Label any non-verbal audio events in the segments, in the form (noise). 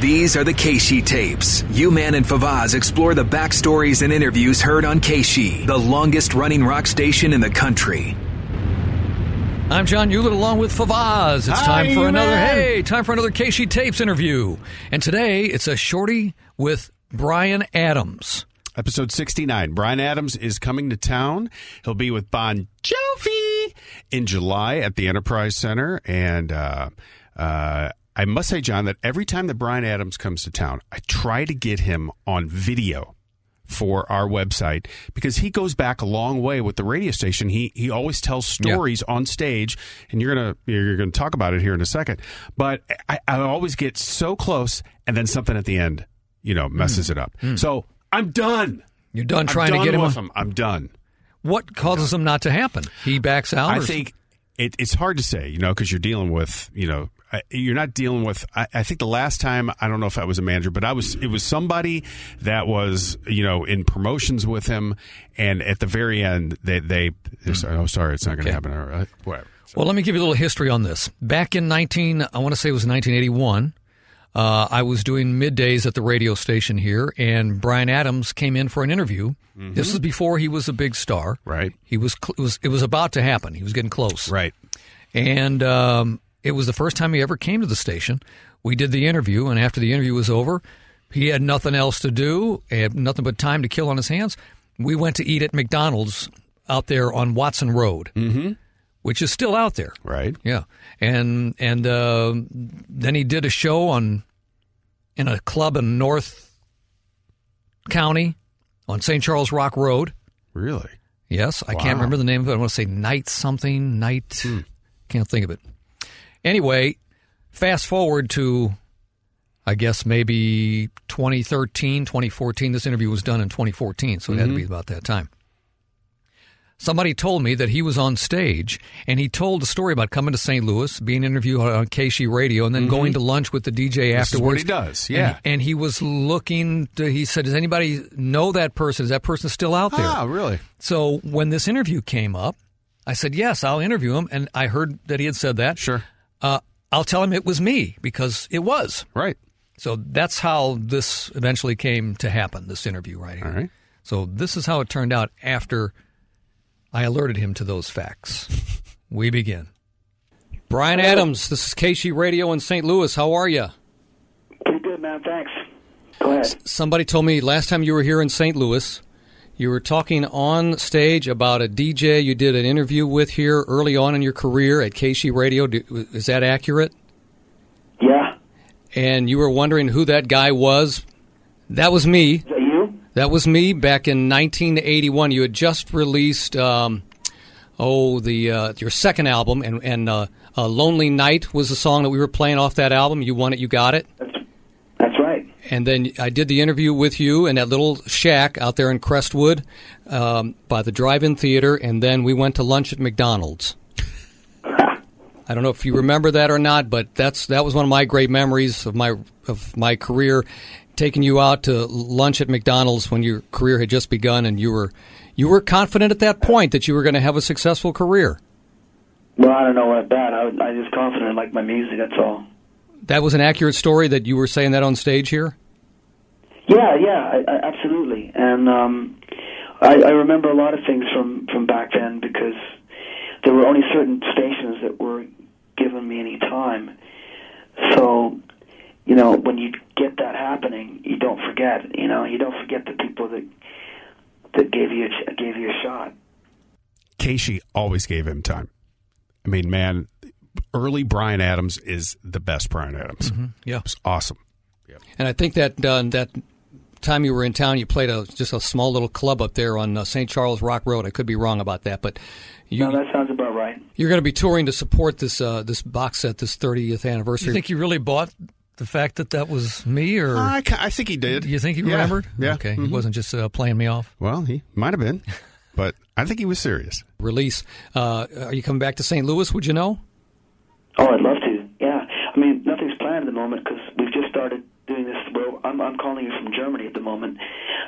These are the Keishi tapes. You Man and Favaz explore the backstories and interviews heard on Keishi, the longest running rock station in the country. I'm John Hewlett along with Favaz. It's Hi, time for you another man. hey, time for another Casey Tapes interview. And today it's a shorty with Brian Adams. Episode 69. Brian Adams is coming to town. He'll be with Bon Jovi in July at the Enterprise Center. And uh, uh, I must say, John, that every time that Brian Adams comes to town, I try to get him on video for our website because he goes back a long way with the radio station. He he always tells stories on stage, and you're gonna you're gonna talk about it here in a second. But I, I always get so close, and then something at the end, you know, messes it up. So I'm done. You're done trying to get him. with on- him. I'm done. What causes him not to happen? He backs out. I or- think it, it's hard to say, you know, because you're dealing with, you know, I- you're not dealing with. I, I think the last time I don't know if I was a manager, but I was. It was somebody that was, you know, in promotions with him, and at the very end, they they. Hmm. they said, oh, sorry, it's not going to happen. All right, whatever. Well, let me give you a little history on this. Back in 19, I want to say it was 1981. Uh, I was doing middays at the radio station here, and Brian Adams came in for an interview. This was before he was a big star. Mm-hmm. Right. He was, cl- it was. It was about to happen. He was getting close. Right. and um, it was the first time he ever came to the station. We did the interview, and after the interview was over, he had nothing else to do, had nothing but time to kill on his hands. We went to eat at McDonald's out there on Watson Road, mm-hmm. which is still out there. Right. Yeah, and and uh, then he did a show on in a club in North County on St. Charles Rock Road. Really. Yes, I can't remember the name of it. I want to say Night something, Night. Hmm. Can't think of it. Anyway, fast forward to, I guess, maybe 2013, 2014. This interview was done in 2014, so it had to be Mm-hmm. about that time. Somebody told me that he was on stage and he told a story about coming to St. Louis, being interviewed on KC Radio, and then going to lunch with the DJ Mm-hmm. This is what afterwards. he does. And- Yeah. And, he was looking, to, he said, Does anybody know that person? Is that person still out there? Ah, really? So when this interview came up, I said, "Yes, I'll interview him." And I heard that he had said that. Sure. Uh, I'll tell him it was me because it was. Right. So that's how this eventually came to happen. This interview right here. All right. So this is how it turned out after I alerted him to those (laughs) facts. we begin. Brian Adams, this is KC Radio in St. Louis. How are you? Pretty good, man. Thanks. Go ahead. Somebody told me last time you were here in St. Louis, you were talking on stage about a DJ you did an interview with here early on in your career at KC Radio. Do, is that accurate? Yeah. And you were wondering who that guy was. That was me. Is that you? That was me back in 1981. You had just released, um, oh, the uh, your second album, and and uh, uh, "Lonely Night" was the song that we were playing off that album. You won it. You got it. That's, that's right. And then I did the interview with you in that little shack out there in Crestwood um, by the drive in theater. And then we went to lunch at McDonald's. I don't know if you remember that or not, but that's that was one of my great memories of my of my career, taking you out to lunch at McDonald's when your career had just begun, and you were you were confident at that point that you were going to have a successful career. Well, I don't know about that. I, was- I just confident like my music. That's all. That was an accurate story that you were saying that on stage here. Yeah, yeah, I, I, absolutely. And um, I, I remember a lot of things from from back then because there were only certain stations that were giving me any time. So, you know, when you get that happening, you don't forget. You know, you don't forget the people that that gave you a ch- gave you a shot. Casey always gave him time. I mean, man, early Brian Adams is the best Brian Adams. Mm-hmm. Yeah, It's awesome. And I think that uh, that time you were in town, you played a just a small little club up there on uh, St. Charles Rock Road. I could be wrong about that, but you, No, that sounds about right. you're going to be touring to support this uh, this box set, this 30th anniversary. You think you really bought the fact that that was me, or I, ca- I think he did. Er, you think he Yeah. remembered? Yeah. Mm-hmm. Okay, he wasn't just uh, playing me off. Well, he might have been, but I think he (laughs) was serious. release? Uh, are you coming back to St. Louis? Would you know? Oh, I'd love to. Yeah, I mean nothing's planned at the moment because we've just started doing this. Well, I'm I'm calling you from Germany at the moment.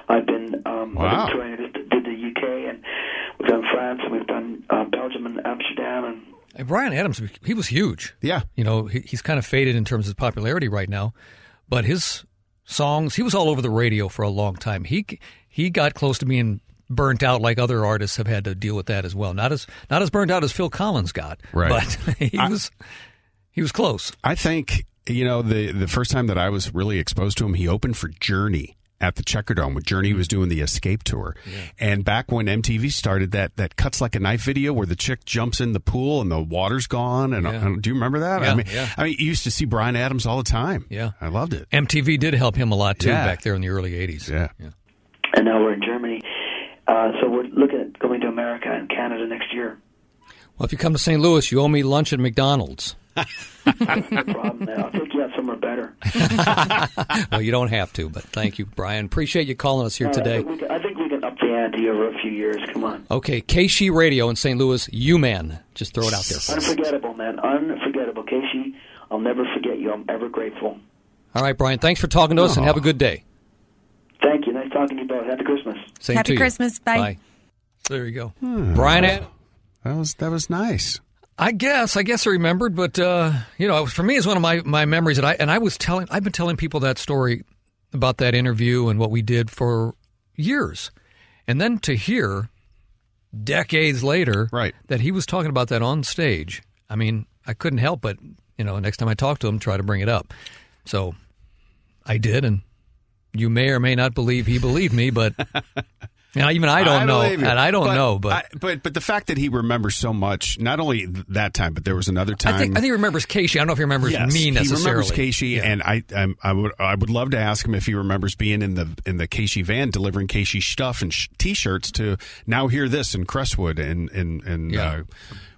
I've been um, Wow. I've been touring. I just did the UK and we've done France and we've done uh, Belgium and Amsterdam and And Brian Adams, he was huge. Yeah. You know, he, he's kind of faded in terms of popularity right now, But his songs, he was all over the radio for a long time. He he got close to being burnt out like other artists have had to deal with that as well. Not as not as burnt out as Phil Collins got, Right. but (laughs) he I- was he was close. I think you know the the first time that I was really exposed to him, he opened for Journey at the Checkerdome when Mm-hmm. Journey was doing the Escape tour, and back when MTV started that that cuts like a knife video where the chick jumps in the pool and the water's gone, and and do you remember that? I Yeah, mean, yeah. I mean, you used to see Brian Adams all the time. Yeah. I loved it. MTV did help him a lot too Yeah. back there in the early 80s. Yeah. and now we're in Germany. Uh, so we're looking at going to America and Canada next year. Well, if you come to St. Louis, you owe me lunch at McDonald's. No problem. I think you have somewhere better. well, you don't have to, but thank you, Brian. Appreciate you calling us here I today. think, we can, I think we can up the ante over a few years. Come on. Okay, KC Radio in St. Louis, you man. Just throw it out there. Unforgettable, man. Unforgettable. Casey, I'll never forget you. I'm ever grateful. All right, Brian, thanks for talking to us and have a good day. Thank you. Nice talking to you both. Happy Christmas. Same Happy to you. Christmas. Bye. So there you go. Brian, Ad- That was that was nice. I guess, I guess I remembered, but, uh, you know, it was- for me, it's one of my, my memories that I, and I was telling, I've been telling people that story about that interview and what we did for years. And then to hear decades later Right. that he was talking about that on stage, I mean, I couldn't help but, you know, next time I talk to him, try to bring it up. So I did, and you may or may not believe he believed me, (laughs) but and I- even I don't know, believe you. and I don't know, but. I- but but the fact that he remembers so much, not only th- that time, but there was another time. I think, I think he remembers Casey. I don't know if he remembers Yes, me necessarily. He remembers Casey, and I, I'm- I, would, I would love to ask him if he remembers being in the in the Casey van delivering Casey stuff and sh- t-shirts to now hear this in Crestwood and and and Yeah. uh,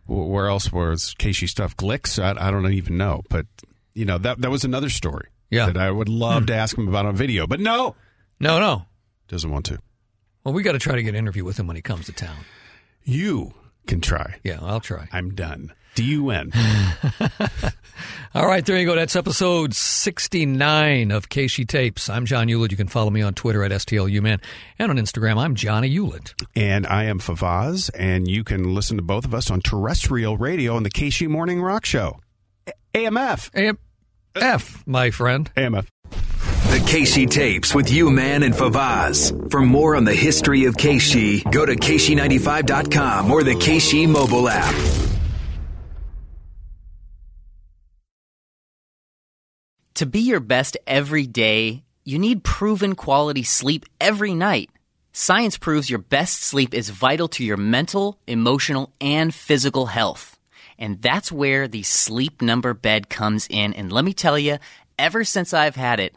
wh- where else was Casey stuff? Glicks? I, I don't even know, but you know that that was another story. Yeah. Hmm. that I would love to ask him about on video, but no, No, no. doesn't want to. Well, we got to try to get an interview with him when he comes to town. You can try. Yeah, I'll try. I'm done. D U N. All right, there you go. That's episode 69 of Casey Tapes. I'm John Hewlett. You can follow me on Twitter at STLUMan and on Instagram. I'm Johnny Hewlett. And I am Favaz, and you can listen to both of us on terrestrial radio on the KC Morning Rock Show. A- AMF. AM F, my friend. AMF. The Keishi tapes with you, man, and Favaz. For more on the history of Keishi, go to Keishi95.com or the Keishi mobile app. To be your best every day, you need proven quality sleep every night. Science proves your best sleep is vital to your mental, emotional, and physical health. And that's where the Sleep Number bed comes in. And let me tell you, ever since I've had it,